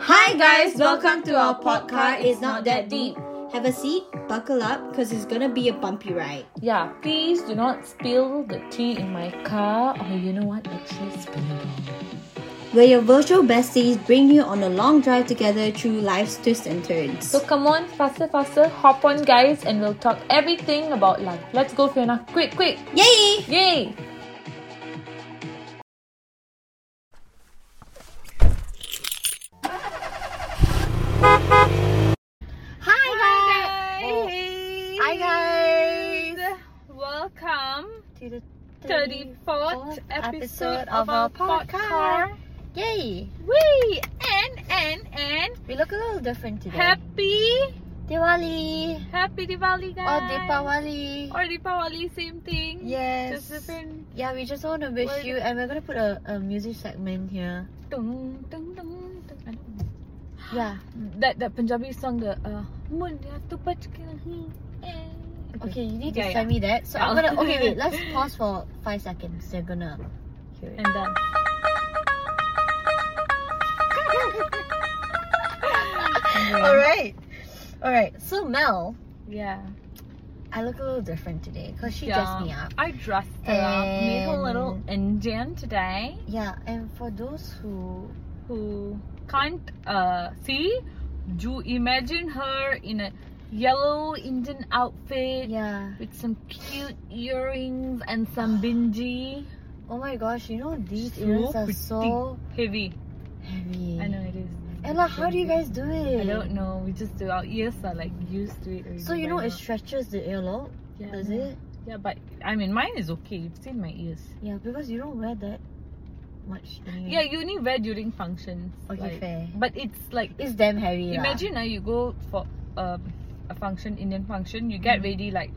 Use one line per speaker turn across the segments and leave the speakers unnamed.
Hi guys, welcome to our podcast It's Not That Deep.
Have a seat, buckle up, because it's gonna be a bumpy ride.
Yeah, please do not spill the tea in my car or you know what, actually spill it all.
Where your virtual besties bring you on a long drive together through life's twists and turns.
So come on, faster, faster, hop on guys and we'll talk everything about life. Let's go Fiona, quick, quick,
Yay!
yay!
Hi
Oh. Hi guys! Welcome
guys! To the
34th episode
episode of
of our
our
podcast.
Yay!
Whee! And, and, and
We look a little different today.
happy,
Diwali! Oh,
happy Oh, Diwali guys!
Or Deepawali!
Or Deepawali, same thing.
yes.
Just different.
Yeah, we just want to wish
Word.
you, and we're gonna put a, a music segment here.
Dung, dung, dung, dung. I don't know.
Yeah.
That that Punjabi song, the uh, Mundiya tu bachke nahi.
Okay, you need
Yeah,
to send me that. So I'm
Yeah.
gonna. Okay, wait. Let's pause for five seconds. They're gonna hear it.
And done. Yeah.
All right. All right. So Mel,
Yeah.
I look a little different today because she
yeah.
dressed me up.
I dressed her up, made her a little
And-
Indian today.
Yeah, and for those who
Who can't uh, see? Do imagine her in a yellow Indian outfit
yeah,
with some cute earrings and some bindi.
oh my gosh, you know these
So
ears are
pretty.
so
Heavy.
heavy.
I know it is.
Ella, how do you guys do it?
I don't know. We just do our ears are like used to it. Already
So you
by
know
now.
it stretches the earlobe,
yeah,
does
I know.
it?
Yeah, but I mean mine is okay. You've seen my ears.
Yeah, because you don't wear that much. Anyway.
Yeah, you only wear during functions.
Okay,
like-
fair.
But it's like
It's damn heavy. lah.
imagine now you go for um, a function, Indian function. You get ready like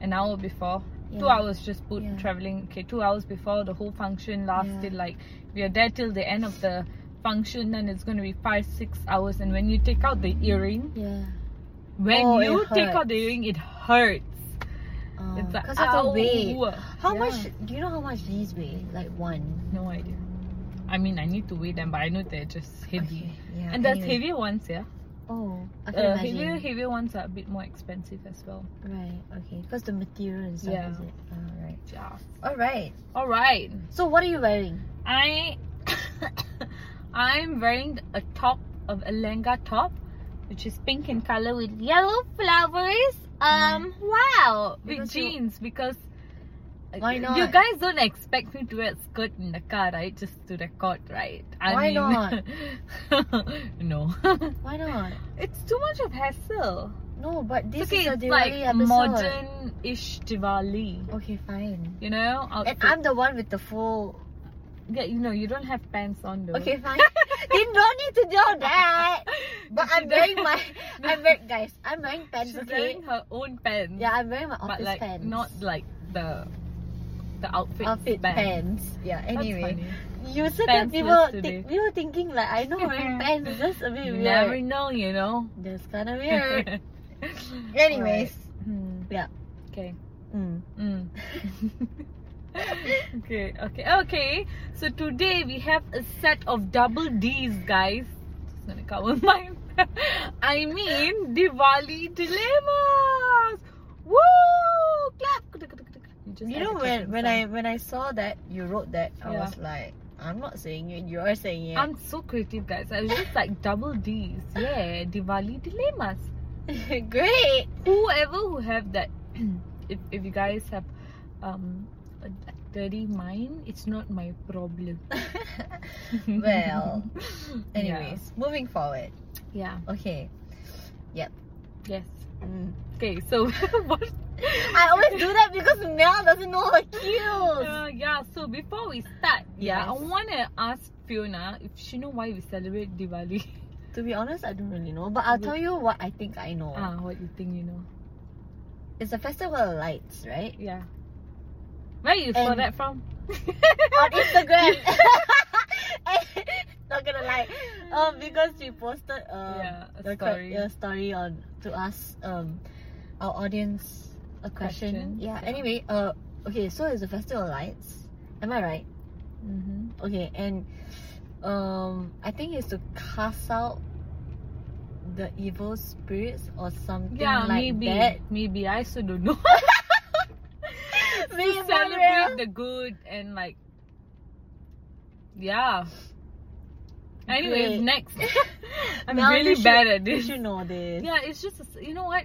an hour before.
Mm. Yeah.
Two hours just put
Yeah.
traveling. Okay, two hours before the whole function lasted like we are there till the end of the function. Then it's gonna be five six hours. And when you take out the earring,
Yeah.
when
Oh,
you
it Oh,
take out the earring, it hurts. It's like
Because that's a weight.
"Ow."
How
Yeah.
much? Do you know how much these weigh? Like one.
No idea. I mean, I need to weigh them, but I know they're just heavy.
Okay, yeah.
And that's
anyway.
heavier ones, yeah.
Oh, I can
Uh,
imagine.
heavier, heavier ones are a bit more expensive as well.
Right. Okay. Because the material and stuff
Yeah.
is it. All right.
Yeah.
All right.
All right.
So what are you wearing?
I I'm wearing a top of a lenga top, which is pink in color with yellow flowers. Um, wow, with
Mm-hmm. Because you-
jeans because.
Why
You
not?
guys don't expect me to wear a skirt in the car, right? Just to record, right?
Why
not? no.
Why not?
It's too much of hassle.
No, but this is
okay,
a
it's
Diwali
like
episode.
modern-ish Diwali.
Okay, fine.
You know, outfit.
And I'm the one with the full.
yeah, you know, you don't have pants on though.
Okay, fine. you don't need to do that. But
She
I'm
does-
wearing my. I'm wearing guys. I'm wearing pants.
She's
Okay.
wearing her own pants.
Yeah, I'm wearing my
but
office
like
pants.
not like the the outfit,
outfit
band.
pants. Yeah.
That's
Anyway.
funny.
You said that
Pants
we
list
were,
today.
thi- we were thinking like I know wearing pants is just a bit
you
weird.
never know, you know.
That's kind of weird.
Anyways.
Anyways,
Hmm.
Yeah.
Okay.
mm.
Mm. okay, okay, okay. So today we have a set of double D's, guys. Just gonna cover my. I mean, Diwali dilemmas. Woo! Clap. You, just
you
had
know
a
when
clapping
when I
sound.
when I saw that you wrote that, I
Yeah.
was like, I'm not saying it. You're saying it.
I'm so creative, guys. I was just like double D's. Yeah, Diwali dilemmas.
Great.
whoever who have that if, if you guys have um a dirty mind it's not my problem
Well, Anyways, moving forward.
yeah,
Okay.
yeah. yes
Mm.
okay so what
I always do that because Mel doesn't know her cues.
uh, yeah so before we start yeah i
Yes.
want to ask fiona if she know why we celebrate diwali
To be honest, I don't really know, but I'll tell you what I think I know.
ah what you think you know
It's a festival of lights, right?
yeah where you saw
And-
that from
on Instagram. Not gonna lie, um, because she posted um,
Yeah, a
the que-
story.
your story on to us um, our audience a question.
Question,
Yeah.
yeah.
Anyway, uh, okay, so it's a festival of lights. Am I right?
mm-hmm.
Okay, and um, I think it's to cast out the evil spirits or something
Yeah,
like
maybe.
that.
Maybe I still don't know.
Maybe,
to celebrate the good and like yeah anyways
Great.
next i'm
Now you
really
should-
bad at
You
this
should know this.
yeah it's just a c you know what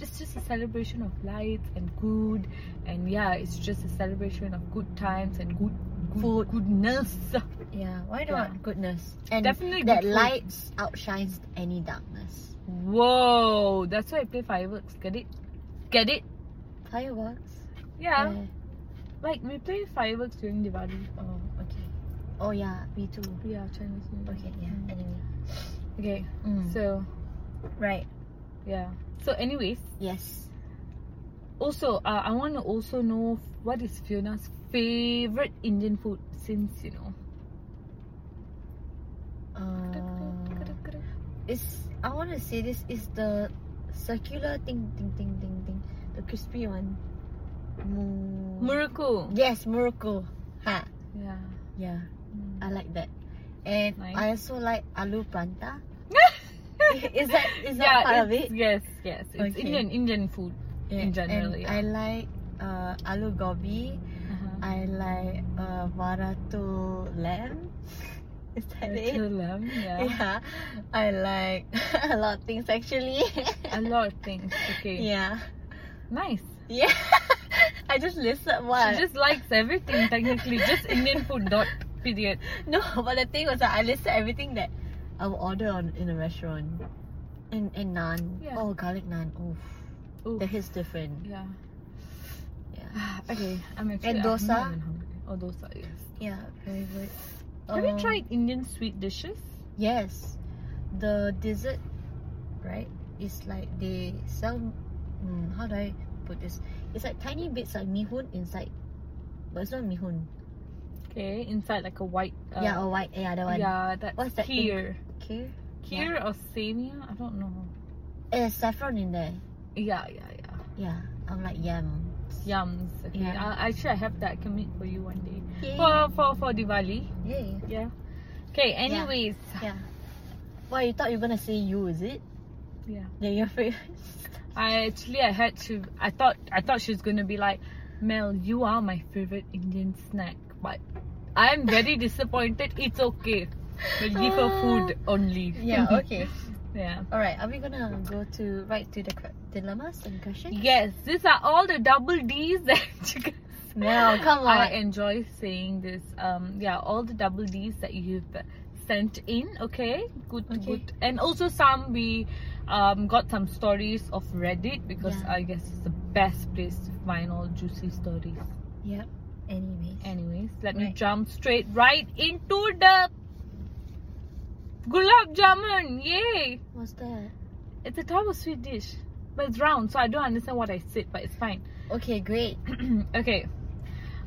it's just a celebration of light and good and yeah it's just a celebration of good times and good good
Food.
goodness
Yeah, why
Yeah.
not? Goodness. And
Definitely
that
good food.
light outshines any darkness.
whoa that's why i play fireworks get it get it
Fireworks. Uh,
yeah,
Yeah.
like we play fireworks during diwali
Oh, okay. Oh yeah, me too.
yeah chinese New Year.
Okay, yeah.
Mm.
Anyway.
okay
Mm.
so
right.
Yeah. So, anyways,
Yes.
also, uh, I want to also know what is Fiona's favorite Indian food since you know.
Uh, it's I want to say this is the circular thing, thing, thing, thing, thing, the crispy one. Mu-
Muruku.
yes, Morocco. Ha.
Yeah.
Yeah,
Mm.
I like that. And
Nice.
I also like aloo pranta. is that is that part of
it's-
it?
Yes, yes. It's
Okay.
Indian Indian food. in general,
and
yeah.
I like uh, aloo gobi.
Uh-huh.
I like uh, varatu lamb. Is that it?
Lamb, yeah.
Yeah, I like a lot of things actually.
A lot of things. Okay.
Yeah,
Nice.
yeah. I just listed one.
She just likes everything technically. just Indian food. Dot. Period.
No, but the thing was that I listed everything that I would order on in a restaurant. And and naan.
Yeah.
Oh, garlic naan. Oof,
Oof.
that is different.
Yeah.
Yeah.
okay. I'm actually.
And
I'm
dosa?
not even hungry. Oh, dosa. Yes.
Yeah, very good.
Have
Um,
you tried Indian sweet dishes?
Yes, the dessert, right? It's like they sell. Hmm, how do I put this? It's like tiny bits like mihun inside, but it's not mihun.
Okay, inside like a white. Uh,
yeah, or white. Yeah, that one.
Yeah, that's
What's that thing?
Kheer.
Okay.
Kheer or samia? I don't know.
Eh, saffron in there.
Yeah, yeah, yeah.
Yeah, I'm like yam.
Yums. Okay.
Yeah.
I, actually, I have that commit for you one day.
Yay.
For for for Diwali.
Yay.
Yeah. Okay. Anyways.
Yeah. Why you thought you were gonna say you? Is it?
Yeah.
Yeah, your favorite.
I actually I had to. I thought I thought she was gonna be like, Mel, you are my favorite Indian snack, but I'm very disappointed. It's okay. We'll give her food only.
Uh, yeah. Okay.
yeah.
All right. Are we gonna go to right to the que- dilemmas and questions?
Yes, these are all the double D's that you guys.
No, come
I
on.
enjoy saying this. Um, yeah, all the double D's that you've uh, sent in. Okay, good,
Okay.
good, and also some we um got some stories of Reddit because
Yeah.
I guess it's the best place to find all juicy stories.
Yep. Anyways.
Anyways, let
Right.
me jump straight right into the gulab jamun. Yay!
What's that?
It's a type of sweet dish, but it's round, so I don't understand what I said, but it's fine.
Okay, great.
okay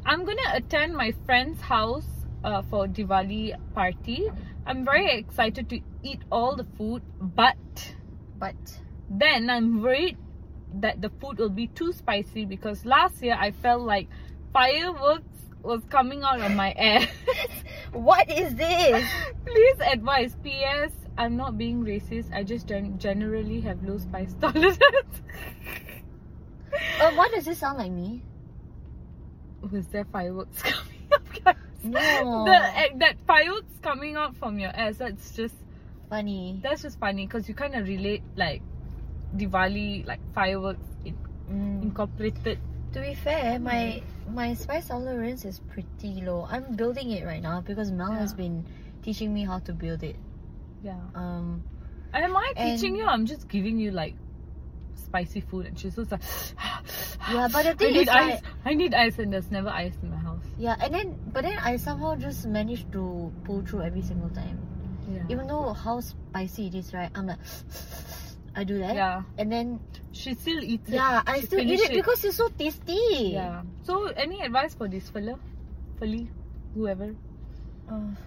i'm gonna attend my friend's house uh, for diwali party i'm very excited to eat all the food but
But
then i'm worried that the food will be too spicy because last year i felt like fireworks was coming out of my ass
what is this?
please advise ps i'm not being racist i just gen- generally have low spice tolerance
Um, what does this sound like me?
was there fireworks coming up guys?
No.
the, eh, that fireworks coming out from your ass that's just
Funny.
that's just funny because you kind of relate like diwali like fireworks in-
Mm.
incorporated
To be fair, my my spice tolerance is pretty low. I'm building it right now because Mel has
Yeah.
been teaching me how to build it.
yeah
Um,
and am i
And-
teaching you i'm just giving you like spicy food and she's just like
Yeah, but the
I
thing is,
need ice i need ice and there's never ice in my house
yeah, and then but then I somehow just managed to pull through every single time,
yeah
even though how spicy it is, right? I'm like, I do that,
yeah
and then
she still eats it.
yeah, I
She
still eat
finish
it, because it's so tasty.
yeah so any advice for this fella Feli, whoever
Uh,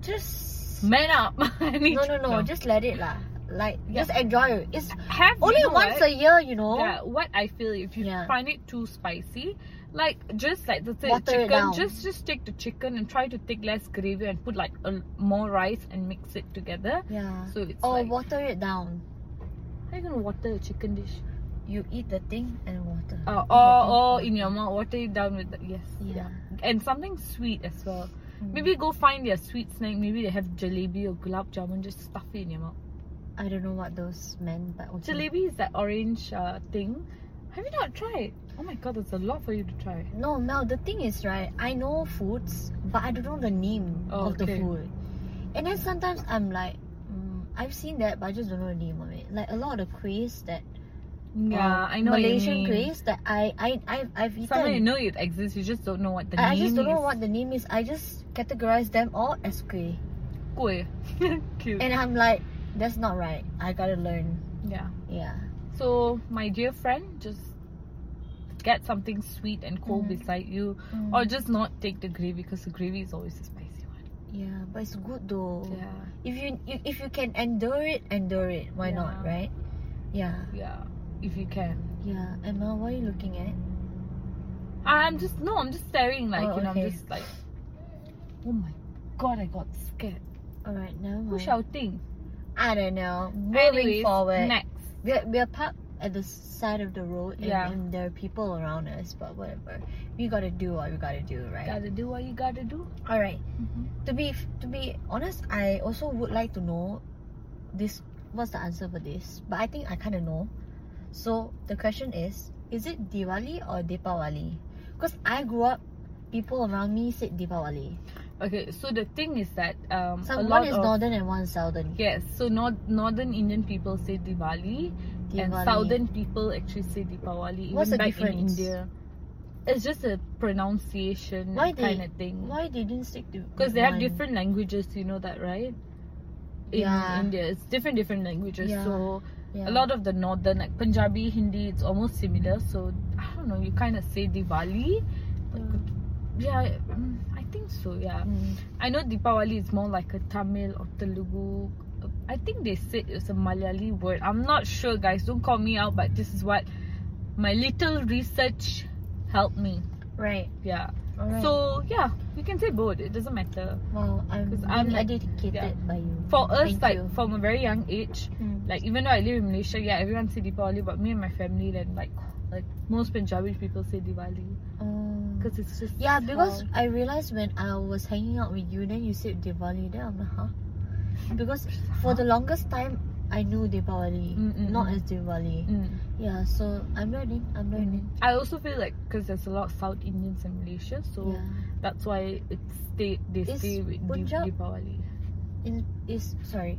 just
man up I need
no,
to-
no, no, Just let it lah. Like
Yeah.
just enjoy. it. It's
have
only
you know
once
what?
a year, you know.
yeah, what I feel if you
Yeah.
find it too spicy, like just like the thing,
Water it
chicken
down.
just just take the chicken and try to take less gravy and put like a, more rice and mix it together
Yeah.
so it's
Or
like
water it down.
how you gonna water a chicken dish
You eat the thing and water.
uh,
Eat the
or
thing
or
and
in your
water.
mouth water it down with the, yes
Yeah.
and something sweet as well
Mm.
maybe go find your sweet snack maybe they have jalebi or gulab jamun just stuff it in your mouth
I don't know what those meant, but okay.
jalebi is that orange uh, thing have you not tried oh my god there's a lot for you to try
No, now the thing is, right? I know foods, but I don't know the name
Oh,
of the
okay.
food. And then sometimes I'm like, mm, I've seen that, but I just don't know the name of it. Like a lot of the quiz that uh,
yeah i know what you
Malaysian
mean.
quiz that I I I've, I've eaten.
Somewhere you know it exists, you just don't know what the
I, I
name
just don't know
is.
what the name is. I just categorize them all as kuih.
Kueh. Cute.
And I'm like, that's not right. I gotta learn.
yeah.
Yeah.
So, my dear friend, just get something sweet and cold
Mhm.
beside you, or just not take the gravy because the gravy is always the spicy one.
yeah, but it's good though.
Yeah.
If you, you if you can endure it, endure it. Why not,
Yeah.
right? Yeah.
Yeah. If you can.
Yeah. Emma, what are you looking at?
I'm just, no, I'm just staring, like,
Oh,
you know, I'm
okay.
just like, oh my god, I got scared.
All right, now
Who's shouting?
I don't know. Moving
Anyways,
forward,
next.
we're we're parked at the side of the road, and,
Yeah.
and there are people around us. But whatever, we gotta do what we gotta do, right?
Gotta do what you gotta do.
All right.
Mhm.
To be to be honest, I also would like to know this. What's the answer for this? But I think I kind of know. So the question is: Is it Diwali or Deepawali? Because I grew up, people around me said Deepawali.
Okay, so the thing is that um,
So
a
one
lot
is
of
northern and one is southern.
Yes, so north, northern Indian people say Diwali, and
Diwali.
southern people actually say Deepawali. Even
What's the
back in
difference?
India, it's just a pronunciation
Why they-
kind of thing.
Why they didn't stick to?
Because they have
one?
different languages, you know that, right? In
Yeah.
India, it's different different languages.
Yeah,
So
Yeah. Mm,
a lot of the northern, like Punjabi, Hindi, it's almost similar. So I don't know. You kind of say Diwali. Yeah, mm, I think so. Yeah.
Mm.
I know Deepawali is more like a Tamil or Telugu. I think they said it's a Malayali word. I'm not sure, guys. Don't call me out, but this is what my little research helped me.
Right.
Yeah.
Alright.
So yeah, you can say both. It doesn't matter.
wow, I'm
'cause
really
I'm like-
educated
yeah.
by you.
For us,
Thank
like
you. Mm.
from a very young age, like even though I live in Malaysia, yeah, everyone say Deepawali, but me and my family, then like like most Punjabi people say Diwali
Um,
because it's just
yeah, because
how-
I realized when I was hanging out with you, then you said Diwali. Then I'm like, huh? Because for the longest time, I knew Diwali,
Mm, mm,
not
mm.
as Diwali.
Mm.
Yeah, so I'm learning. I'm learning.
I also feel like because there's a lot of South Indians in Malaysia, so.
Yeah.
That's why it's stay they
Is
stay with Di-
Punjab-
Deepawali.
In, is sorry,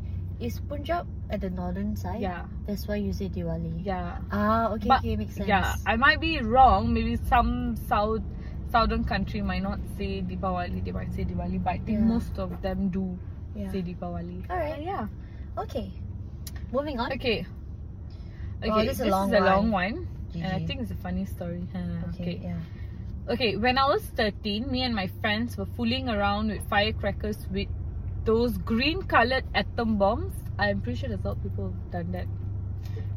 is Punjab at the northern side?
Yeah,
That's why you say Diwali.
yeah,
Ah, okay,
But-
okay, makes sense.
yeah. I might be wrong. Maybe some south southern country might not say Deepawali. They might say Diwali, but I think
Yeah.
most of them do
yeah.
say Deepawali.
Alright.
Uh, yeah.
Okay, moving on.
Okay. Okay,
Oh, this is a long
long one, and I
GG.
think it's a funny story. Huh,
Okay.
okay.
Yeah.
Okay, when I was 13, me and my friends were fooling around with firecrackers with those green colored atom bombs. I'm pretty sure there's a lot of people who've done that.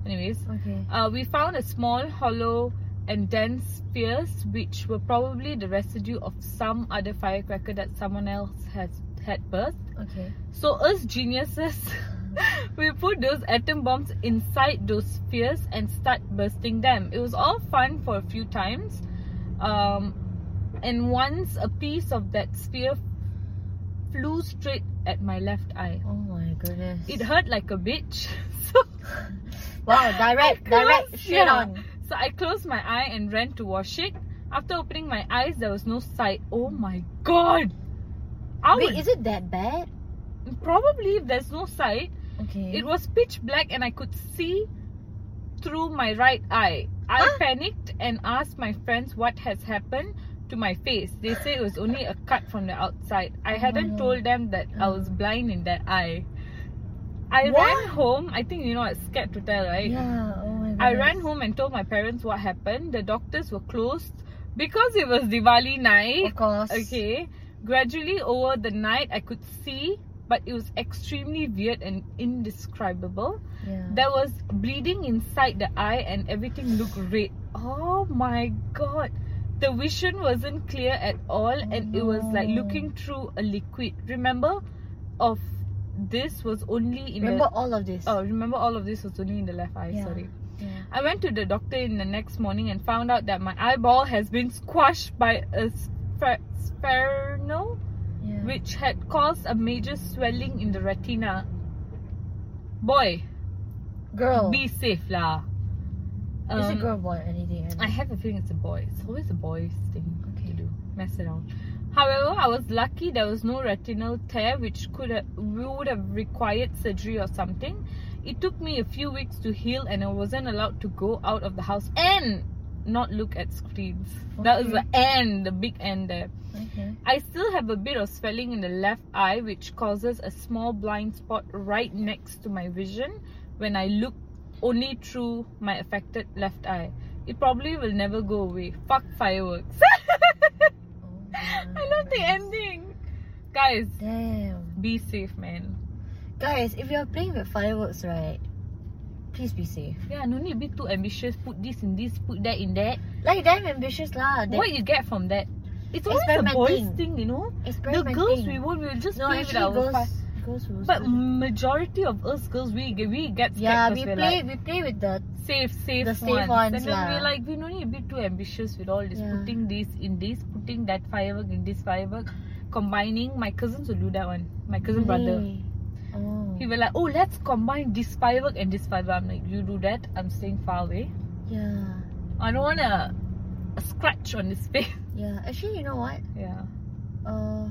Anyways,
Okay.
uh, we found a small, hollow, and dense spheres which were probably the residue of some other firecracker that someone else has had burst.
Okay.
So, us geniuses, we put those atom bombs inside those spheres and start bursting them. It was all fun for a few times. Um, and once a piece of that sphere flew straight at my left eye.
Oh my goodness.
It hurt like a bitch. So,
Wow, direct,
I
direct,
closed-
straight
yeah.
on.
so I closed my eye and ran to wash it. After opening my eyes, there was no sight. Oh my god! I
Wait,
would-
is it that bad?
probably if there's no sight,
Okay.
It was pitch black and I could see through my right eye. I
Huh?
panicked and asked my friends what has happened to my face. They say it was only a cut from the outside. I
Oh Mm. my
hadn't
God.
told them that I was blind in that eye. I
What?
ran home. I think you know I was scared to tell, right?
yeah. Oh my goodness.
I ran home and told my parents what happened. The doctors were closed because it was Diwali night.
Of course.
Okay. Gradually over the night, I could see, but it was extremely weird and indescribable.
Yeah.
There was bleeding inside the eye, and everything looked red. Oh my god! the vision wasn't clear at all and it was like looking through a liquid remember of this was only in
Remember
the
all of this.
oh remember all of this was only in the left eye
Yeah.
sorry
Yeah.
i went to the doctor in the next morning and found out that my eyeball has been squashed by a spher- sphernal
yeah.
which had caused a major swelling in the retina boy
girl.
be safe lah
Is it
Um,
girl boy or anything?
I have a feeling it's a boy. It's always a boy's thing
Okay.
to do. Mess around. However, I was lucky there was no retinal tear which could have, would have required surgery or something. It took me a few weeks to heal and I wasn't allowed to go out of the house and not look at screens. That was the
Okay.
end, the big end there.
Okay.
I still have a bit of swelling in the left eye, which causes a small blind spot right next to my vision when I look only through my affected left eye. It probably will never go away. Fuck fireworks.
Oh
I love the ending. Guys,
Damn.
be safe, man.
Guys, if you're playing with fireworks, right, please be safe.
Yeah, no need to be too ambitious. Put this in this, put that in that.
Like, damn ambitious lah. That
What you get from that? It's always a boys
Experimenting.
thing, you know. The
experimenting.
girls, we won't. We'll just
No,
play with
actually,
our
girls,
fi-
girls will
But
still-
majority of us girls, we get we get scared
yeah,
'cause
we
we're
play,
like,
we play with the
safe, safe,
the safe
ones.
ones
And then
lah.
we're like, we don't need to be too ambitious with all this,
Yeah.
putting this in this, putting that firework in this firework, combining. My cousins will do that one. My cousin brother.
Really? Oh.
He will like, oh, let's combine this firework and this firework. I'm like, you do that. I'm staying far away.
Yeah.
I don't wanna a scratch on his face.
Yeah. Actually, you know what?
yeah.
Uh,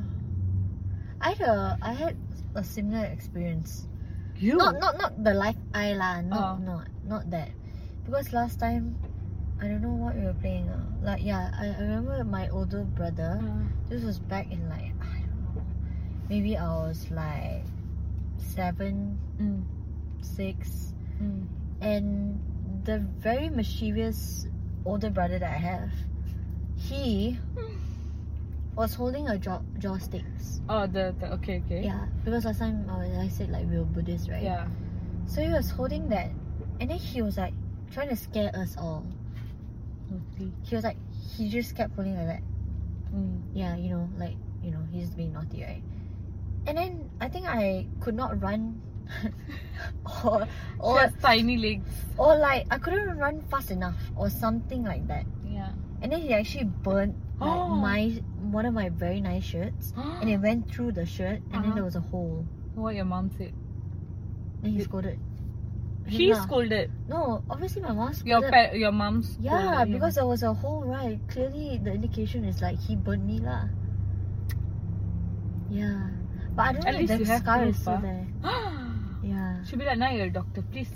I had a, I had a similar experience.
You.
Not not not the life I lah. Not
Oh.
not not that. Because last time, I don't know what we were playing. Uh. Like yeah, I, I remember my older brother.
Uh,
This was back in like I don't know. Maybe I was like seven,
mm,
six,
mm.
and the very mischievous older brother that I have, he
Hmm.
was holding a jaw jaw sticks.
Oh, the, the okay, okay.
Yeah, because last time I, was, I said like we were Buddhist, right?
Yeah.
So he was holding that, and then he was like trying to scare us all. He was like he just kept holding like that.
Mm.
Yeah, you know, like you know he's being naughty, right? And then I think I could not run, or
She
or
has tiny legs.
or like I couldn't run fast enough or something like that.
Yeah.
And then he actually burnt like,
Oh.
my one of my very nice shirts, and it went through the shirt, and then
Uh-huh.
there was a hole.
what your mom said.
Then he
Did-
scolded. Him
She
lah.
scolded
No, obviously my mom
your
scolded.
pa- your mom's.
Yeah, because there was a hole, right? Clearly, the indication is like he burned me, lah. Yeah, but I don't
At
know if
least
the
you have
scar
proof,
is still
ah.
there. Yeah.
she'll be like, now you're a doctor, please.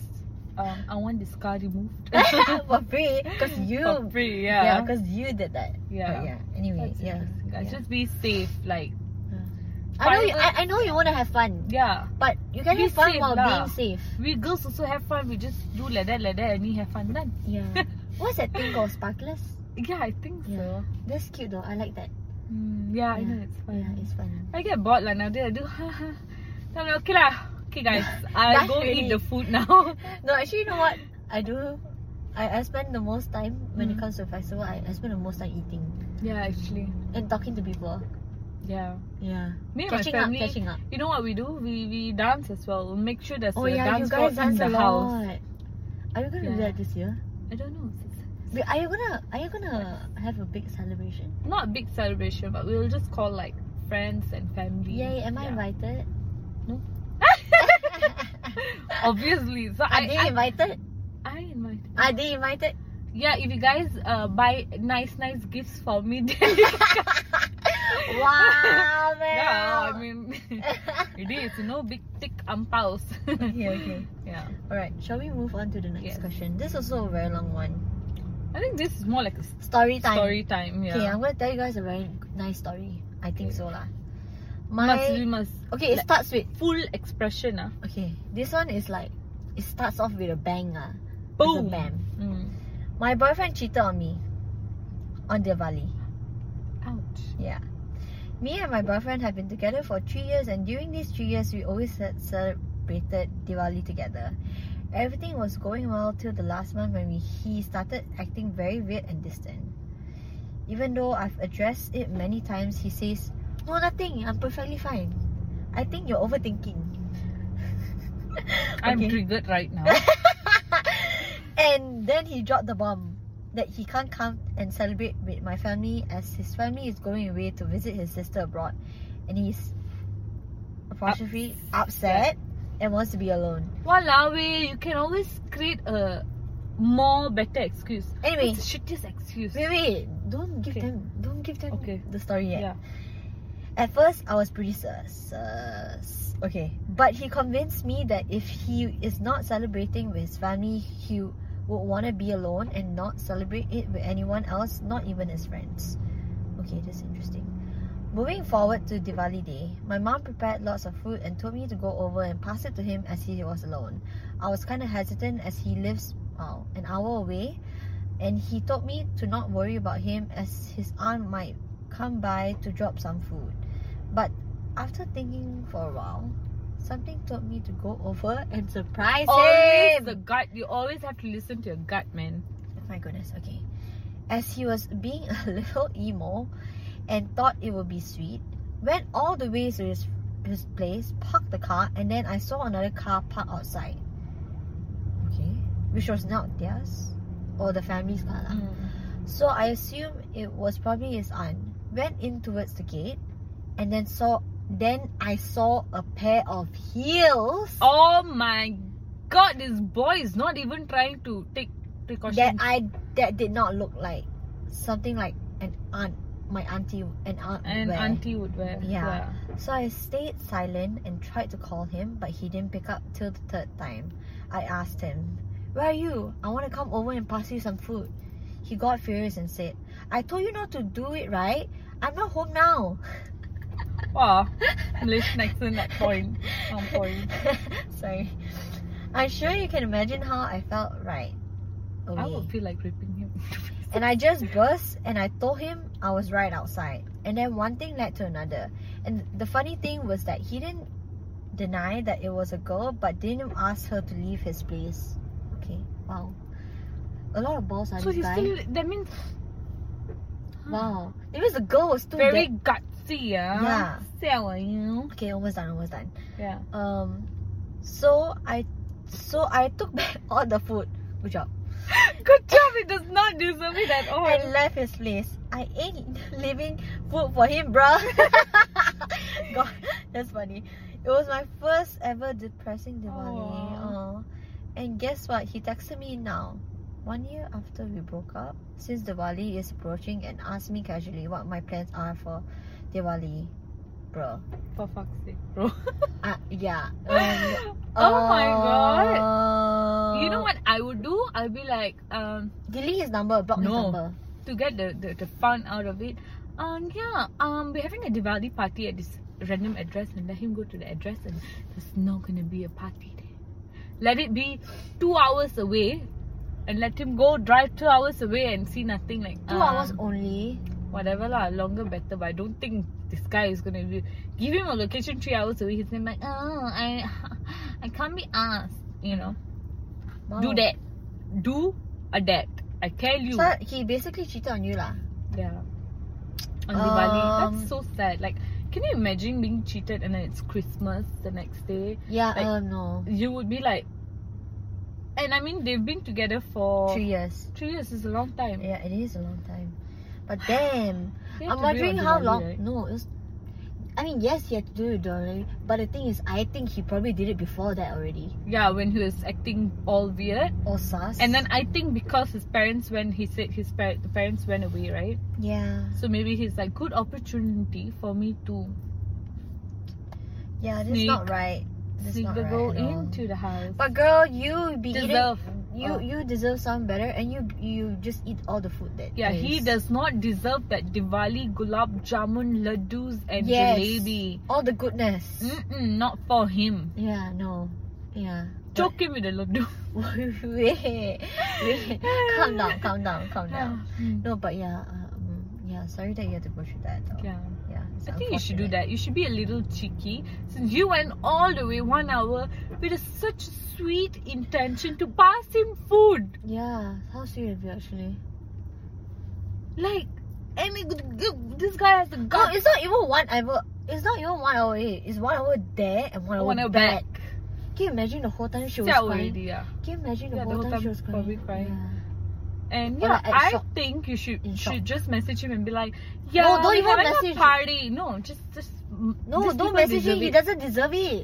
Um, I want this scar removed.
For free, cause you.
For free,
yeah,
yeah.
cause you did that.
Yeah.
But yeah. Anyway,
That's
yeah.
interesting, guys.
yeah.
Just be safe, like
I know. You, I,
fireworks-
I know you wanna have fun,
yeah.
but you can
Be
have fun
safe
while
lah.
being safe.
We girls also have fun. We just do like that, like that, and we have fun. Then
Yeah. What's that thing called? Sparklers.
yeah, I think
Yeah.
so.
That's cute though. I like that.
Mm, yeah, I
Yeah.
know it's fun.
Yeah, it's fun.
I get bored like nowadays. I do. Then I'm like, okay lah. Okay guys, I'll
Bye,
go
really.
eat the food now.
No, actually, you know what? I do. I, I spend the most time when it
Mm.
comes to festival. I, I spend the most time eating
yeah, actually,
and talking to people.
yeah.
Yeah,
Me and
catching up,
my family.
catching up.
You know what we do? We we dance as well. We'll make sure there's
Oh
a
yeah, you
dance floor
guys dance
in the
a
house.
lot. Are you gonna do
Yeah.
that this year?
I don't know. It's- it's
Wait, Are you gonna Are you gonna have a big celebration?
not a big celebration, but we'll just call like friends and family.
Yay! Am I
Yeah.
invited?
Obviously. So
Are they
I,
invited?
I I invited.
Are they invited?
Yeah, if you guys uh, buy nice nice gifts for me, then you can-
wow, man.
yeah, I mean, it is no big thick ampaos.
okay, okay.
Yeah,
All right. Shall we move on to the next
Yes.
question? This is also a very long one.
I think this is more like a s-
Story time.
story time. Yeah,
Okay, I'm gonna tell you guys a very nice story. I think
Okay.
so lah.
must we
My
must
okay, it
like-
starts with
full expression ah.
okay. This one is like it starts off with a bang ah. It's a
Boom.
bam.
Mm.
My boyfriend cheated on me on Diwali.
Ouch.
Yeah. Me and my boyfriend have been together for three years, and during these three years, we always ce- celebrated Diwali together. Everything was going well till the last month when we, he started acting very weird and distant. Even though I've addressed it many times, he says, No, nothing. I'm perfectly fine. I think you're overthinking.
I'm
Okay.
triggered right now.
and then he dropped the bomb that he can't come and celebrate with my family as his family is going away to visit his sister abroad and he's apostrophe upset and wants to be alone.
Walao, eh, you can always create a more better excuse.
Anyway,
It's shittiest excuse.
wait wait, don't give
Okay.
them don't give them
Okay.
the story yet.
Yeah.
At first, I was pretty sus. sus- Okay, but he convinced me that if he is not celebrating with his family, he would want to be alone and not celebrate it with anyone else, not even his friends. Okay, that's interesting. Moving forward to Diwali Day, my mom prepared lots of food and told me to go over and pass it to him as he was alone. I was kind of hesitant as he lives uh, an hour away, and he told me to not worry about him as his aunt might come by to drop some food. But after thinking for a while, something told me to go over and surprise
Always
him.
Oh, the gut. You always have to listen to your gut, man.
Oh my goodness, okay. As he was being a little emo and thought it would be sweet, went all the way to his, his place, parked the car, and then I saw another car parked outside. Okay. Which was not theirs or the family's car. lah.
Mm.
So I assume it was probably his aunt. Went in towards the gate and then saw then I saw a pair of heels
Oh my god, this boy is not even trying to take
that
precautions.
I that did not look like something like an aunt my auntie an aunt
and
wear.
auntie would wear.
Yeah. So I stayed silent and tried to call him, but he didn't pick up till the third time. I asked him, Where are you? I want to come over and pass you some food. He got furious and said, I told you not to do it, right? I'm not home now.
Wow. Malaysian accent at point. On point.
Sorry. I'm sure you can imagine how I felt right away.
I would feel like ripping him.
And I just burst and I told him I was right outside. And then one thing led to another. And the funny thing was that he didn't deny that it was a girl but didn't ask her to leave his place. Okay, wow. A lot of balls on
so
this
he
guy.
still. That means
Wow. It was a girl was too
very
dead-
gutsy, yeah.
Yeah.
Selling you.
Okay, almost done, almost done.
Yeah.
Um so I so I took back all the food. Good job.
Good job. It does not deserve it at all.
and left his place. I ain't leaving food for him, bruh. God, that's funny. It was my first ever depressing Diwali.
Aw.
Aw. And guess what? He texted me now. One year after we broke up, since Diwali is approaching, and asked me casually what my plans are for Diwali, bro.
For fuck's sake, bro.
Uh, yeah. Um,
oh my god.
god.
You know what I would do? I'd be like, um,
uh, Delete his number. Block his
No.
number.
to get the, the, the fun out of it. Um, yeah, um, we're having a Diwali party at this random address and let him go to the address and there's not gonna be a party there. Let it be two hours away and let him go drive two hours away and see nothing like
Two
um,
hours only.
Whatever lah, longer better. But I don't think this guy is gonna be give him a location three hours away. He's gonna be like, oh, I, I can't be asked. You know, do
Wow.
that, do a that. I tell you.
So he basically cheated on you lah.
Yeah. On Diwali.
Um,
That's so sad. Like, can you imagine being cheated and then it's Christmas the next day?
Yeah,
Like-
um, no.
You would be like. And I mean, they've been together for.
Three years.
three years is a long time.
Yeah, it is a long time. But damn,
They have
I'm
to do it
wondering
on
how
Diwali,
long.
right?
No, it was. I mean, yes, he had to do it already. But the thing is, I think he probably did it before that already.
Yeah, when he was acting all weird.
Or sus.
And then I think because his parents, when he said his par- the parents went away, right?
yeah,
So maybe he's like, good opportunity for me to
yeah, this is
Sneak-
not right. This is
sneak
not
the
right
girl
at all.
into the house.
But girl, you be
Deserve.
eating. You
Oh.
you deserve some better, and you you just eat all the food that.
Yeah,
there
he
is.
does not deserve that Diwali gulab jamun laddus and
Yes.
jalebi.
all the goodness.
Mm-mm, not for him.
Yeah, no, yeah. But-
Choke him with a laddu.
wait, wait, calm down, calm down, calm down.
Mm.
No, but yeah, uh, um, yeah. Sorry that you had to go through that. Though.
Yeah.
yeah. it's
I think you should do
unfortunate.
that. You should be a little cheeky since you went all the way one hour with a, such sweet intention to pass him food.
Yeah, how sweet of you actually.
Like, and it, this guy has the
No,
guts.
Oh, it's not even one hour. It's not even one hour away. It's one hour there and one hour,
One hour
back. Can you imagine the whole time she was
Siao
crying?
already, yeah.
Can you imagine the,
Yeah,
whole, time, she was crying?
probably crying.
Yeah.
And
Or
yeah,
like at
I
shop.
think you should
In
should
shop.
just message him and be like, yeah,
don't
we're
even
having
message.
a party. No, just just
No,
these people
don't message him.
deserve
He
it.
doesn't deserve it.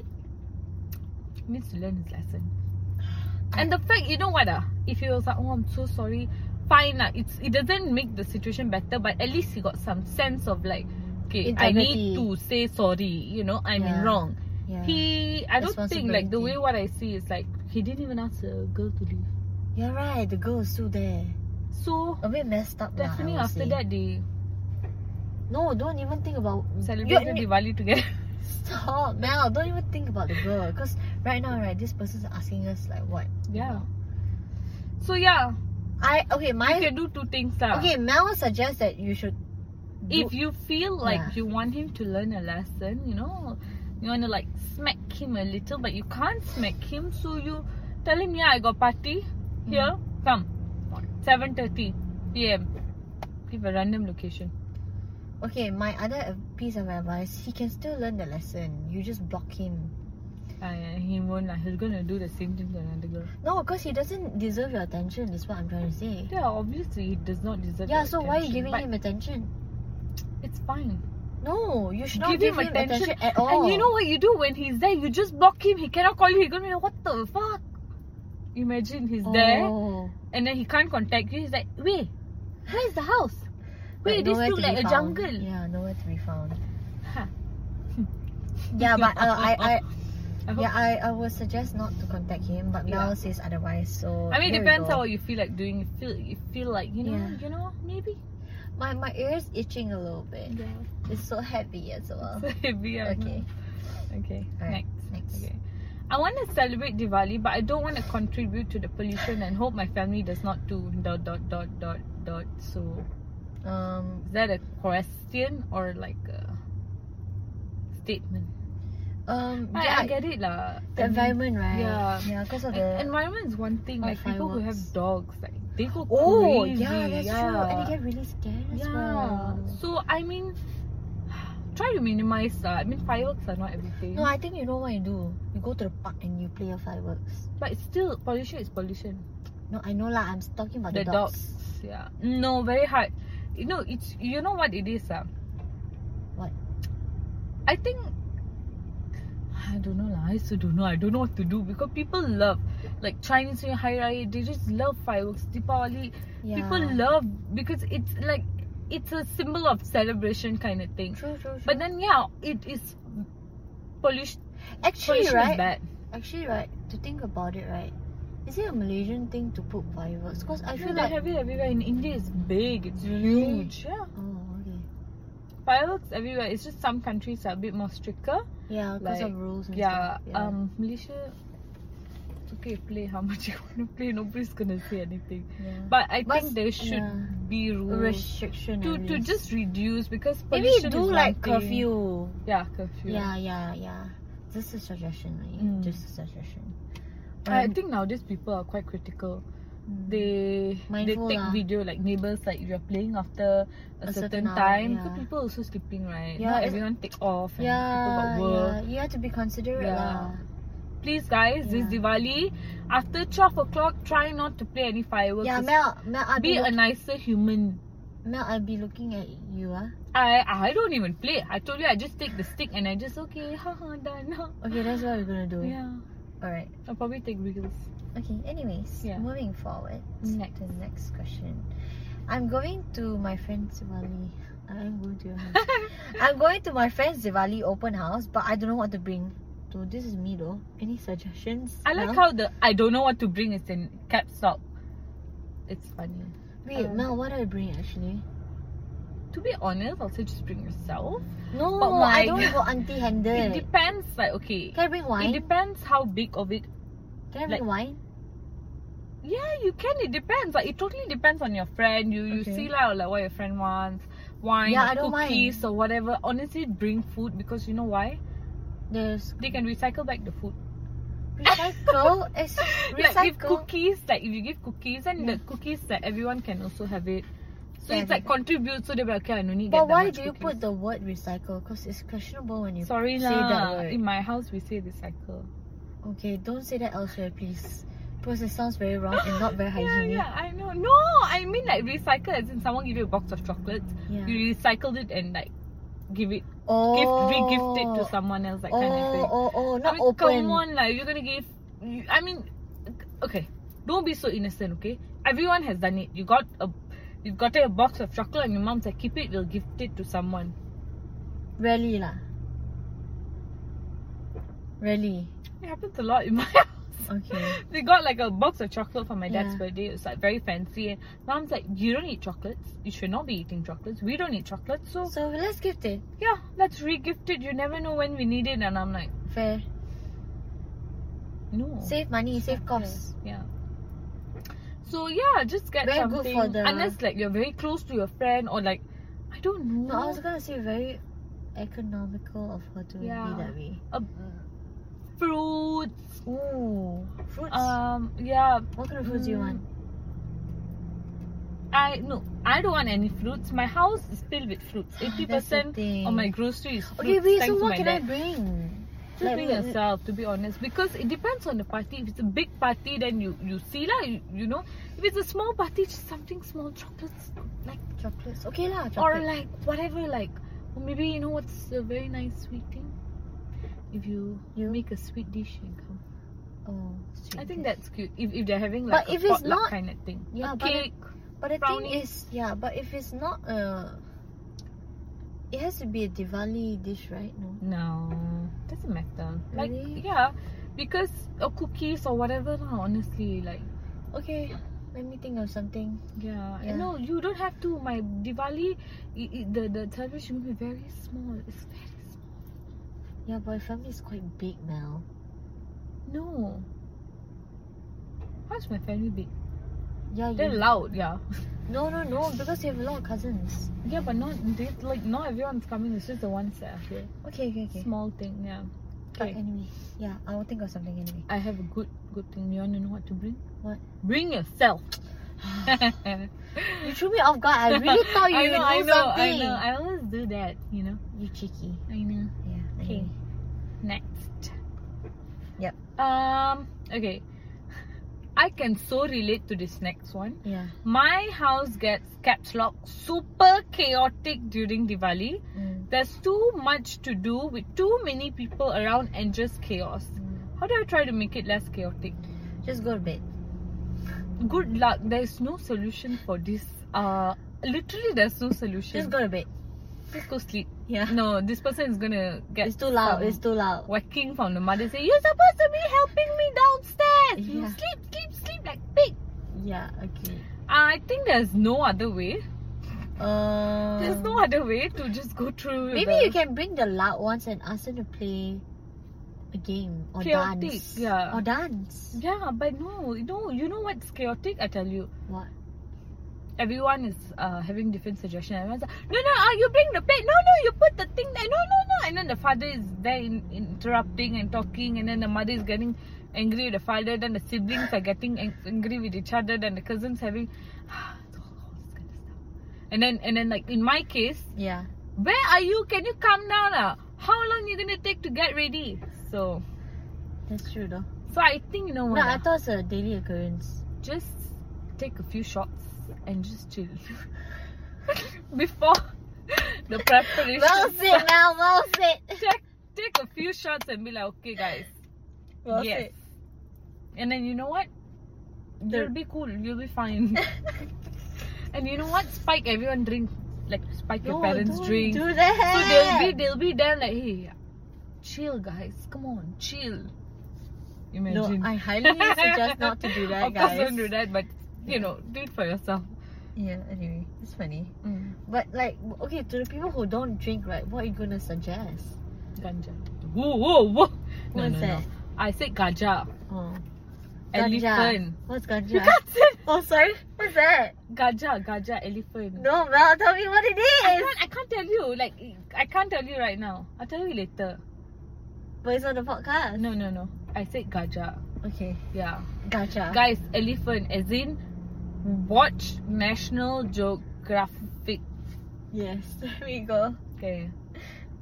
needs to learn his lesson. And the fact, you know what, ah, if he was like, oh, I'm so sorry, fine, lah. It's it doesn't make the situation better, but at least he got some sense of like, okay, I
Integrity.
need to say sorry. You know, I'm in
Yeah.
wrong.
Yeah.
He, I don't think like the way
Responsibility.
what I see is like he didn't even ask the girl to leave.
You're right. The girl is still there.
So
A bit messed up. lah, I
definitely
would say.
after
Mm.
that they
No, don't even think about
celebrated
You're-
Diwali together.
Stop, Oh, Mel. Don't even think about the girl. Because right now, right, this person's asking us like what.
yeah. So yeah,
I okay.
I
My
can do two things, ah. lah.
okay. Mel suggests that you should. do-
if you feel like
Yeah.
you want him to learn a lesson, you know, you want to like smack him a little, but you can't smack him, so you tell him, yeah, I got party here,
Mm-hmm.
come, seven thirty p.m. Give a random location.
Okay, my other uh, piece of advice, he can still learn the lesson. You just block him.
Uh, he won't. lah. he's gonna do the same thing to another girl.
No, because he doesn't deserve your attention, is what I'm trying to say.
Yeah, obviously he does not deserve.
Yeah, so
your
why are you
attention,
giving
but
him attention?
It's fine.
No, you should not
give, him, attention.
at all.
And you know what you do when he's there? You just block him. He cannot call you. He's gonna be like, what the fuck? Imagine he's there.
Oh.
and then he can't contact you. He's like, wait, where's the house? Wait, this
nowhere
look
to be
like a
found.
jungle.
Yeah, nowhere to be found.
Huh.
yeah, but uh, I, I,
I hope-
yeah, I, I would suggest not to contact him. But Mel
Yeah.
says otherwise. So
I mean,
here we
it depends
go.
how you feel like doing. You feel, you feel like you know,
Yeah.
you know, maybe.
My my ear is itching a little bit.
Yeah.
It's so heavy as well.
maybe I don't
Okay.
know. Okay.
Alright,
Next.
next.
Okay. I want to celebrate Diwali, but I don't want to contribute to the pollution and hope my family does not do dot dot dot dot dot. So
Um.
is that a question or like a statement?
Um.
I,
yeah.
I get it lah.
the
I mean-
environment, right?
Yeah.
Yeah, because of
Like,
the.
environment is one thing.
Or
Like people who have
fireworks.
dogs, like they go
oh,
crazy.
yeah, that's true. And you get really scared as
yeah.
well.
So I mean, try to minimize that. I mean, fireworks are not everything,
No, I think you know what you do. You go to the park and you play your fireworks.
but it's still pollution is pollution.
No, I know lah. I'm talking about the,
The
dogs.
Yeah. No, very hard. You know, it's you know what it is, ah.
What?
I think I don't know lah. I also don't know. I don't know what to do because people love like Chinese New Year, Hari Raya. They just love fireworks, Deepavali.
Yeah.
people love because it's like it's a symbol of celebration kind of thing
True, true, true.
but then yeah it is pollution
actually,
pollution is
right?
bad
Actually, right? To think about it, right? Is it a Malaysian thing to put fireworks? Because I
i
feel
feel
like.
have it everywhere in india it's big it's
Really?
huge yeah
Oh, okay.
fireworks everywhere it's just some countries are a bit more stricter
Yeah, because
Like,
of rules and
yeah,
stuff.
um malaysia it's okay play how much you want to play nobody's gonna say anything
yeah.
but i
But-
think there should
yeah.
be rules
restriction.
to,
at
to
least.
just reduce because
maybe
pollution
do
is
like
one thing.
curfew.
yeah curfew
Yeah, yeah, yeah. Just a suggestion, right?
Mm.
Just a suggestion.
I
Um,
think nowadays people are quite critical.
mm.
They
Mindful
they take
lah.
video like neighbors like you're playing after a,
A
certain,
certain hour,
time.
yeah.
Because people also sleeping right.
Yeah, it's-
Not everyone take off and
yeah,
people got work.
yeah, you have to be considerate
Yeah.
lah.
Please guys, this
Yeah.
Diwali after twelve o'clock, try not to play any fireworks.
Yeah,
It's-
Mel, Mel, I'll be,
be a
look-
nicer human.
Mel, I'll be looking at you. Ah,
I I don't even play. I told you I just take the stick and I just okay, haha, done.
okay, that's what we're gonna do.
yeah,
All right.
I'll probably take reels.
Okay. Anyways,
Yeah.
moving forward
Next.
to the next question. I'm going to my friend's Diwali. I'm going to your house. I'm going to my friend's Diwali open house, but I don't know what to bring. So this is me though. Any suggestions?
I like
Mel?
how the I don't know what to bring is in caps lock. It's funny.
Wait,
um,
Mel, what do I bring actually?
to be honest, I'll say just bring yourself.
No,
But
I
wine.
don't go auntie
It
handed.
depends, like okay,
Can I bring
it
wine?
depends how big of it.
Can I bring wine?
Yeah, you can. It depends. Like it totally depends on your friend. You you
Okay.
see like, like what your friend wants, wine,
Yeah, I don't mind.
cookies or whatever. Honestly, bring food because you know why
There's
they can recycle back the food.
recycle. it's
Like if
recycle.
cookies, like if you give cookies and the cookies that everyone can also have it. So it's like contribute. So they were like, okay, I no need.
But
get that
why
much
do you
cookies.
put the word recycle? Because it's questionable when you
Sorry
say
lah.
that word.
In my house, we say recycle.
Okay, don't say that elsewhere, please. Because it sounds very wrong and not very hygienic.
Yeah, yeah, I know. No, I mean like recycle as in someone give you a box of chocolates,
Yeah.
you recycled it and like give it, gift,
Oh,
re-gift it to someone else, like
oh,
kind of thing.
Oh, oh,
I
not
mean,
open.
come on, like you're gonna give. You, I mean, okay, don't be so innocent, okay? Everyone has done it. You got a, you got a box of chocolate, and your mom said, "Keep it. We'll gift it to someone."
Rarely lah. Rarely.
It happens a lot in my house.
Okay.
They got like a box of chocolate for my dad's
Yeah.
birthday. It was like very fancy, and mom's like, "You don't eat chocolates. You should not be eating chocolates. We don't eat chocolates, so
So let's gift it.
yeah, let's re-gift it. You never know when we need it." And I'm like,
Fair.
"No."
Save money, save costs.
Yeah. So yeah, just get
Very good
something.
for the-
Unless like you're very close to your friend or like, I don't know.
No, I was gonna say very economical of her to
Yeah.
be that way.
a, fruits.
Ooh, fruits.
Um. Yeah.
what kind of fruits
mm,
do you want?
I no. I don't want any fruits. My house is filled with fruits.
Ah, That's the
Eighty percent of
thing.
my grocery is fruits.
Okay, wait.
thanks
So
to
what
my
can I
dad.
bring?
Just
Like,
bring
what-
yourself, to be honest, because it depends on the party. If it's a big party, then you you see lah. You, you know, if it's a small party, just something small, chocolates, like
Chocolates. Okay lah.
or
Chocolate.
like whatever like or maybe you know what's a very nice sweet thing if you,
You?
make a sweet dish and come
oh,
i
sweet
think
dish.
that's cute if, if they're having like
But
a
if it's
potluck
not-
kind of thing
Yeah,
a
but it-
cake
But the
brownie.
thing is, yeah. But if it's not a, it has to be a Diwali dish, right? No.
no doesn't matter like
Really?
yeah because or cookies or whatever lah, honestly like
Okay. Let me think of something.
yeah,
Yeah.
Eh, no you don't have to my diwali i i the the celebration will be very small it's very small
Yeah, but your family is quite big now.
no how's my family big
Oh, Yeah,
they're
you,
loud yeah
no, no, no, because you have a lot of cousins.
Yeah, but not they, like not everyone's coming. It's just the ones that are here.
Okay, okay, okay.
Small thing, yeah.
But
Okay.
anyway, yeah, I will think of something anyway.
I have a good good thing. You wanna know what to bring?
What?
Bring yourself.
You threw me off guard. I really thought you
I
would
know, I
know,
know, I
something.
know. I always do that. You know.
You cheeky.
I know.
Yeah.
Okay.
Anyway.
Next.
Yep.
Um. Okay. I can so relate to this next one.
Yeah.
My house gets caps lock super chaotic during Diwali.
Mm.
There's too much to do with too many people around and just chaos.
Mm.
How do I try to make it less chaotic?
Just go to bed.
Good luck. There's no solution for this. Uh, literally, there's no solution.
Just go to bed.
Just go sleep.
Yeah.
No, this person is gonna get.
It's too loud.
some
It's too loud.
whacking from the mother. Say you're supposed to be helping me downstairs. You
Yeah.
sleep, sleep, sleep like pig.
Yeah. Okay.
I think there's no other way.
Um.
There's no other way to just go through.
Maybe
the-
you can bring the loud ones and ask them to play a game or
Chaotic,
dance.
yeah.
Or dance.
Yeah, but no, no. You know what's chaotic? I tell you.
What?
everyone is uh, having different suggestions. Everyone's like, no, no, uh, you bring the plate. No, no, you put the thing there. No, no, no. And then the father is there in, interrupting and talking. And then the mother is getting angry with the father. Then the siblings are getting ang- angry with each other. Then the cousins having. it's all- all this kind of stuff. And then, and then, like in my case,
Yeah.
where are you? Can you come down? Uh? How long you gonna take to get ready? So,
That's true though.
so I think you know
No,
what?
I
uh,
thought it's a daily occurrence.
just take a few shots and just chill before the preparation.
Well said, Mel. Well said.
Take, take a few shots and be like, okay, guys,
Well
yes.
said.
And then you know what?
The-
You'll be cool. You'll be fine. and you know what? Spike everyone drink. Like spike
No,
your parents
don't
drink.
Do
so they'll
that.
be they'll be there like, hey, chill, guys. Come on, chill. Imagine.
No, I highly suggest not to do that,
of
guys.
course, don't do that. But you know, do it for yourself. Mm.
Yeah. Anyway, it's funny. But like, okay, to the people who don't drink, right? What are you gonna suggest?
Ganja. Whoa, whoa, whoa. No,
What's
no, no.
that?
I said gaja.
Oh.
Elephant.
What's
You
ganja?
can't say
oh, sorry. What's that?
gaja, gaja, elephant.
No, Mel. Tell me what it
I
is.
can't, I can't tell you. Like, I can't tell you right now. I'll tell you later.
But it's on the podcast.
No, no, no. I said gaja.
Okay.
Yeah.
Gotcha.
Guys, elephant, as in, watch National Geographic graphic.
Yes, there we go.
Okay.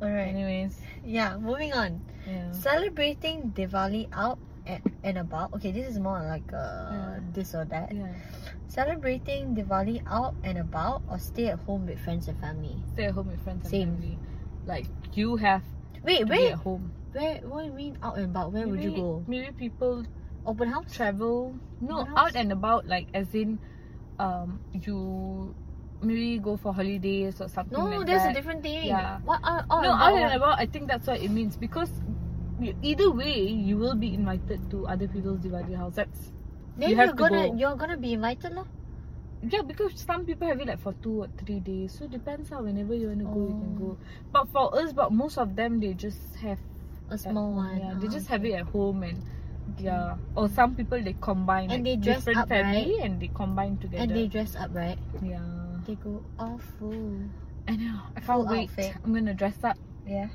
Alright.
Anyways,
Yeah, moving on.
yeah.
Celebrating Diwali out a- and about. Okay, this is more like a
Yeah.
this or that.
yeah.
Celebrating Diwali out and about or stay at home with friends and family.
Stay at home with friends and
Same.
family. Like you have
Wait,
to be
where?
at home.
Where? What do you mean out and about? Where would you
Maybe-
go?
Maybe people
Open house?
travel no
What else?
out and about like as in um you maybe go for holidays or something
No,
like
there's a
that.
different thing.
Yeah.
What? Out, out
no
and
out
about
and
what?
about i think that's what it means because you- either way you will be invited to other people's diwali house that's
Then you
you
are
have to
gonna
go.
you're gonna be invited lah.
yeah because some people have it like for two or three days so depends how whenever you want to go you can
Oh.
go but for us but most of them they just have
A
at
small
home,
one.
yeah they
Ah,
just have it
okay.
at home and
Okay.
yeah or some people they combine
And
like,
they dress
different
up,
family and they combine together
And they dress up, right?
yeah
They go all full.
I know. I can't
Full
wait.
outfit.
I'm gonna dress up. Yeah.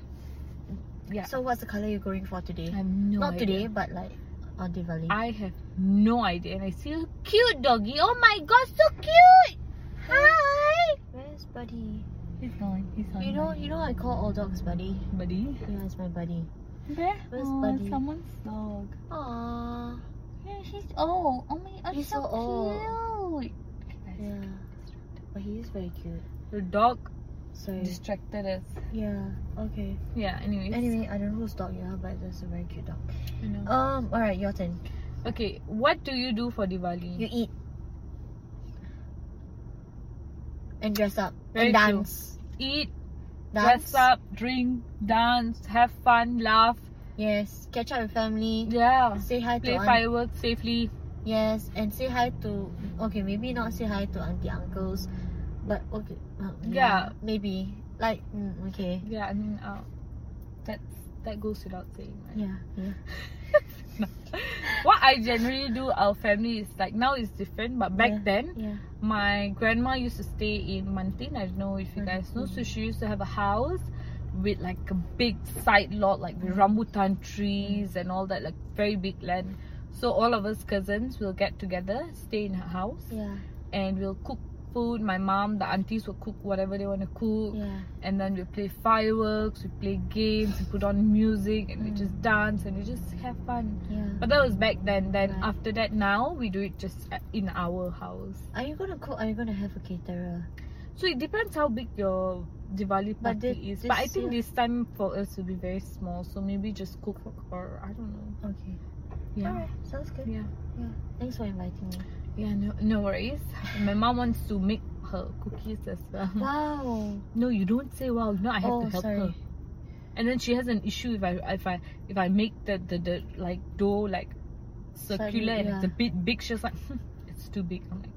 Yeah.
So what's the color you're going for today?
I have no
Not
idea.
today, but like on Diwali.
I have no idea. And I see a cute doggy. Oh my god, so cute! Hi!
Where's Buddy?
He's gone. He's gone.
You know, you know, I call all dogs Buddy.
buddy.
Yeah, it's my buddy.
Where?
Where's Buddy?
Someone's dog.
Aww.
Yeah, she's old. Oh my god,
He's so old.
cute.
Yeah, but he is very cute.
The dog
Sorry.
distracted us.
Yeah. Okay.
Yeah. Anyways.
Anyway, I don't know whose dog you are, but that's a very cute dog.
I know.
Um. All right, your turn.
okay. What do you do for Diwali?
You eat. And dress up.
Very
and
true.
dance.
Eat,
Dance.
dress up, drink, dance, have fun, laugh.
Yes. Catch up with family.
Yeah.
Say hi
Play
to aunt-
fireworks safely.
Yes, and say hi to okay, maybe not say hi to auntie uncles, but okay, uh,
Yeah.
maybe like mm, okay,
Yeah, I mean, uh, that's that goes without saying. Right?
yeah, yeah,
What I generally do, our family is like now it's different, but back
Yeah.
then
yeah.
my grandma used to stay in Mantin. I don't know if you
Mhm,
guys know. So she used to have a house with like a big side lot, like with rambutan trees and all that, like very big land. So all of us cousins will get together, stay in her house,
Yeah,
and we'll cook food. My mom, the aunties will cook whatever they want to cook.
yeah,
and then we play fireworks, we play games, we put on music, and we
Mm.
just dance and we just have fun.
yeah.
But that was back then. Then
Right.
after that, now we do it just at- in our house.
Are you gonna cook? Are you gonna have a caterer?
So it depends how big your Diwali
But
party
thi-
is. But I
this
think
year-
this time for us will be very small. So maybe just cook or I don't know.
Okay.
Yeah.
Alright, sounds good.
Yeah.
Yeah. Thanks for inviting me.
Yeah. No, no worries. My mom wants to make her cookies as well.
Wow.
No, you don't say wow. No, Hmm. I have
oh,
to help
sorry.
her. and then she has an issue if I if I if I make the the, the like dough like
Slightly,
circular and it's a
yeah.
bit big. She's like, hmm, it's too big. I'm like,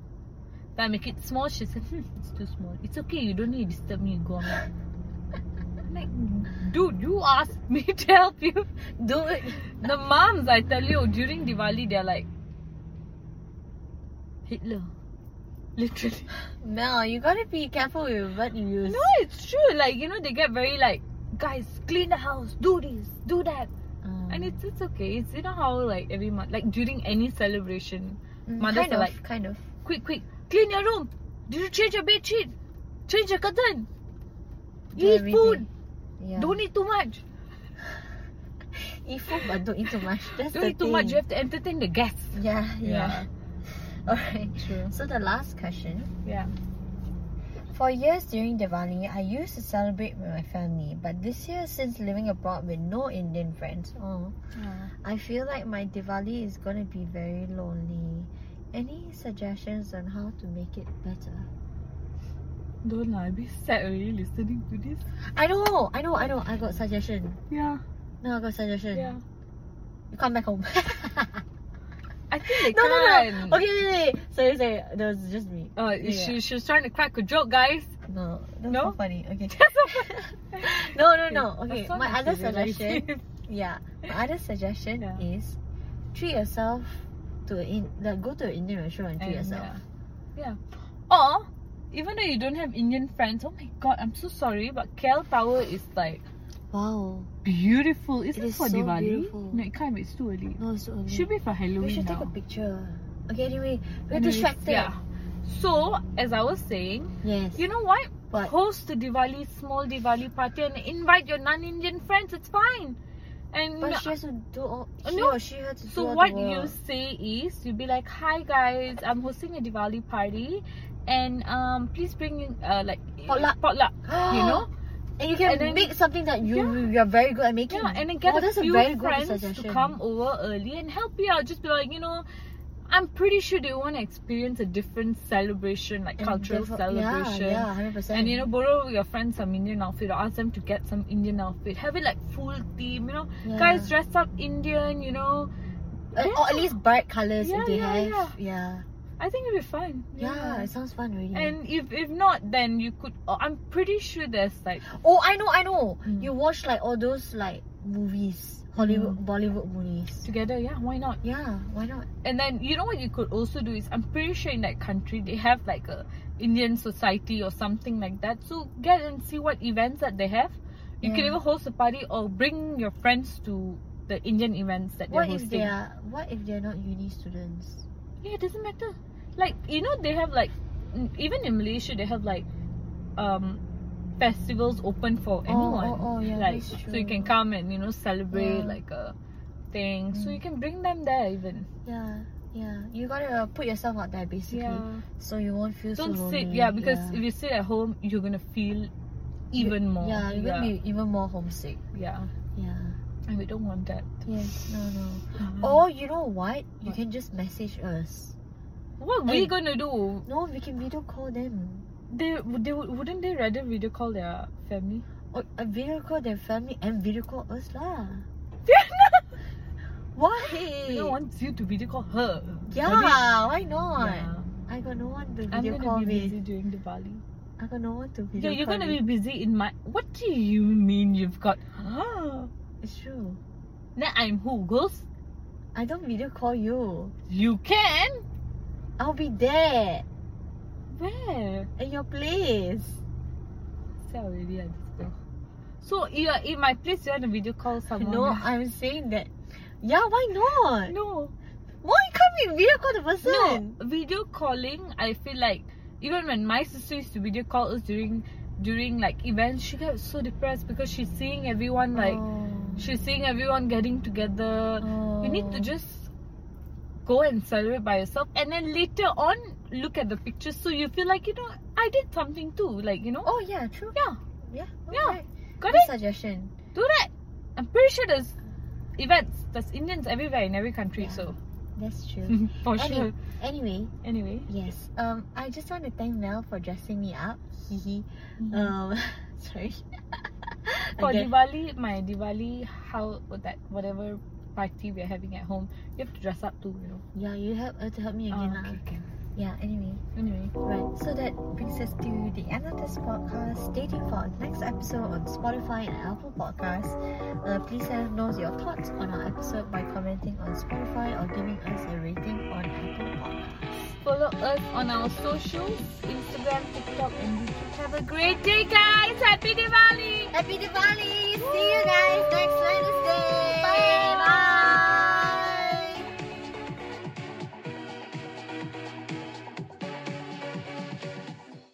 then I make it small. She said, hmm, it's too small. It's okay. You don't need to disturb me. Go on. I'm like, dude, you asked me to help you.
Do it.
The moms, I tell you, during Diwali, they're like Hitler, literally.
Mel, you gotta be careful with what you use.
No, it's true. Like you know, they get very like, guys, clean the house, do this, do that.
Um,
And it's it's okay. It's you know how like every month, like during any celebration,
mm,
mothers
kind
are
of,
like-
kind of.
quick, quick, clean your room. Did you change your bed sheet? Change your curtain.
Do
Eat
everything.
food.
Yeah.
Don't eat too much.
eat food, but don't eat too much. That's
Don't
the
eat too much.
thing.
You have to entertain the guests.
Yeah, yeah. Alright.
True.
So the last question.
Yeah.
For years during Diwali, I used to celebrate with my family, but this year since living abroad with no Indian friends, oh, I feel like my Diwali is gonna be very lonely. Any suggestions on how to make it better?
Don't lie. Be sad. Are you listening to this?
I know, I know, I know. I got suggestion.
Yeah.
No, I got suggestion.
Yeah.
You come back home.
I think they
no, no,
can.
no. Okay, wait, wait, wait. Sorry, sorry. That was just me.
Uh, she, she was trying to crack a joke, guys.
No, that's so
No?
funny. Okay. no, no, no. Okay,
That's not
my other
actually
suggestion.
nice.
Yeah. My other suggestion
Yeah.
is treat yourself to an in like go to an Indian restaurant and uh, treat
And,
yourself.
Yeah. yeah. Or even though you don't have Indian friends, oh my god, I'm so sorry, but KL Tower is like
Wow.
beautiful. Is
It
it,
is
for
so
Diwali?
beautiful.
No, it can't be. It's too early.
No, it's so early.
Should be for Halloween
we should
now.
take a picture. Okay, anyway, we're
Anyways,
distracted.
Yeah. So, as I was saying,
Yes.
you know what?
But
Host a Diwali, small Diwali party, and invite your non-Indian friends. It's fine. And
but she has to do all.
Uh,
He
no.
or she has to
So
do all
what
the work.
you say is you be like, "Hi guys, I'm hosting a Diwali party, and um, please bring in, uh like
Potluck.
potluck, you know,
And you can
And then-
make something that you
Yeah.
you are very good at making.
yeah, and then
oh,
get a
that's
few
a very good
friends
suggestion.
to come over early and help you out. Just be like, you know, I'm pretty sure they want to experience a different celebration, like
And
cultural
different-
celebration.
Yeah, yeah, hundred percent.
And you know, borrow your friends some Indian outfit or ask them to get some Indian outfit. Have it like full theme, you know.
yeah.
Guys, dress up Indian, you know.
Uh, or at
Yeah.
least bright colors if
Yeah,
they
yeah,
have.
yeah.
yeah.
I think it'll be fun.
Yeah, it sounds fun already.
And if if not, then you could. oh, I'm pretty sure there's like
oh, I know, I know.
Mm.
You watch like all those like movies,
Hmm.
Hollywood, Bollywood movies.
together. Yeah, why not?
Yeah, why not?
And then you know what you could also do is I'm pretty sure in that country they have like a Indian society or something like that. So get and see what events that they have. You can
Yeah.
even host a party or bring your friends to the Indian events that they're
What if they
hosting.
are? What if they're not uni students?
Yeah, it doesn't matter. Like you know, they have like mm, even in Malaysia they have like um festivals open for anyone.
Oh, oh, oh yeah,
like
that's
so
true.
you can come and you know celebrate
Yeah.
like a thing. So
Mm.
you can bring them there even.
Yeah, yeah. You gotta uh, put yourself out there basically,
Yeah.
so you won't feel
Don't
so lonely.
sit. Yeah, because if you sit at home, you're gonna feel even more.
Yeah, you're gonna be even more homesick.
Yeah,
Yeah.
and we don't want that.
Yes. No. No.
Mhm.
Or you know what? You
What?
can just message us.
what
and-
we gonna do?
No, we can video call them.
They they would- wouldn't they rather video call their family?
Or Oh, a video call their family and video call us lah. Why?
We don't want you to video call her.
yeah,
Maybe-
why not?
Yeah.
I got no one to
I'm
video
gonna
call
be busy
with.
during Diwali.
I got no one to video
Yo, you're
call
gonna be
with.
busy in my. What do you mean you've got?
It's true.
Then I'm who? Ghost?
I don't video call you.
You can.
I'll be there
Where?
at your place.
Sell already at this girl. So you are in my place. You want to video call someone?
No, I'm saying that. Yeah, why not?
no,
Why can't we video call the
no.
person?
Video calling. I feel like even when my sister used to video call us during during like events, she got so depressed because she's seeing everyone like
Oh.
she's seeing everyone getting together. You need to
Oh.
just go and celebrate by yourself and then later on look at the pictures so you feel like, you know, I did something too. Like, you know,
Oh yeah, true.
Yeah.
Yeah.
Yeah.
alright.
got
Good
it?
suggestion.
Do that. I'm pretty sure there's events, there's Indians everywhere in every country,
Yeah.
so
That's true.
for
Any-
sure.
Anyway,
Anyway.
Yes. Um, I just want to thank Mel for dressing me up. Hehe.
Mhm.
um, sorry.
for
Again.
Diwali, my Diwali, how that whatever party we're having at home, you have to dress up too, you know.
Yeah, you have uh, to help me again,
Ah,
lah.
okay, okay.
Yeah. Anyway,
Anyway.
right. So that brings us to the end of this podcast. Stay tuned for our next episode on Spotify and Apple Podcasts. Uh, please let us know your thoughts on our episode by commenting on Spotify or giving us a rating on Apple Podcasts.
Follow us on our socials, Instagram, TikTok, and YouTube. Have a great day, guys! Happy Diwali!
Happy Diwali! See you guys.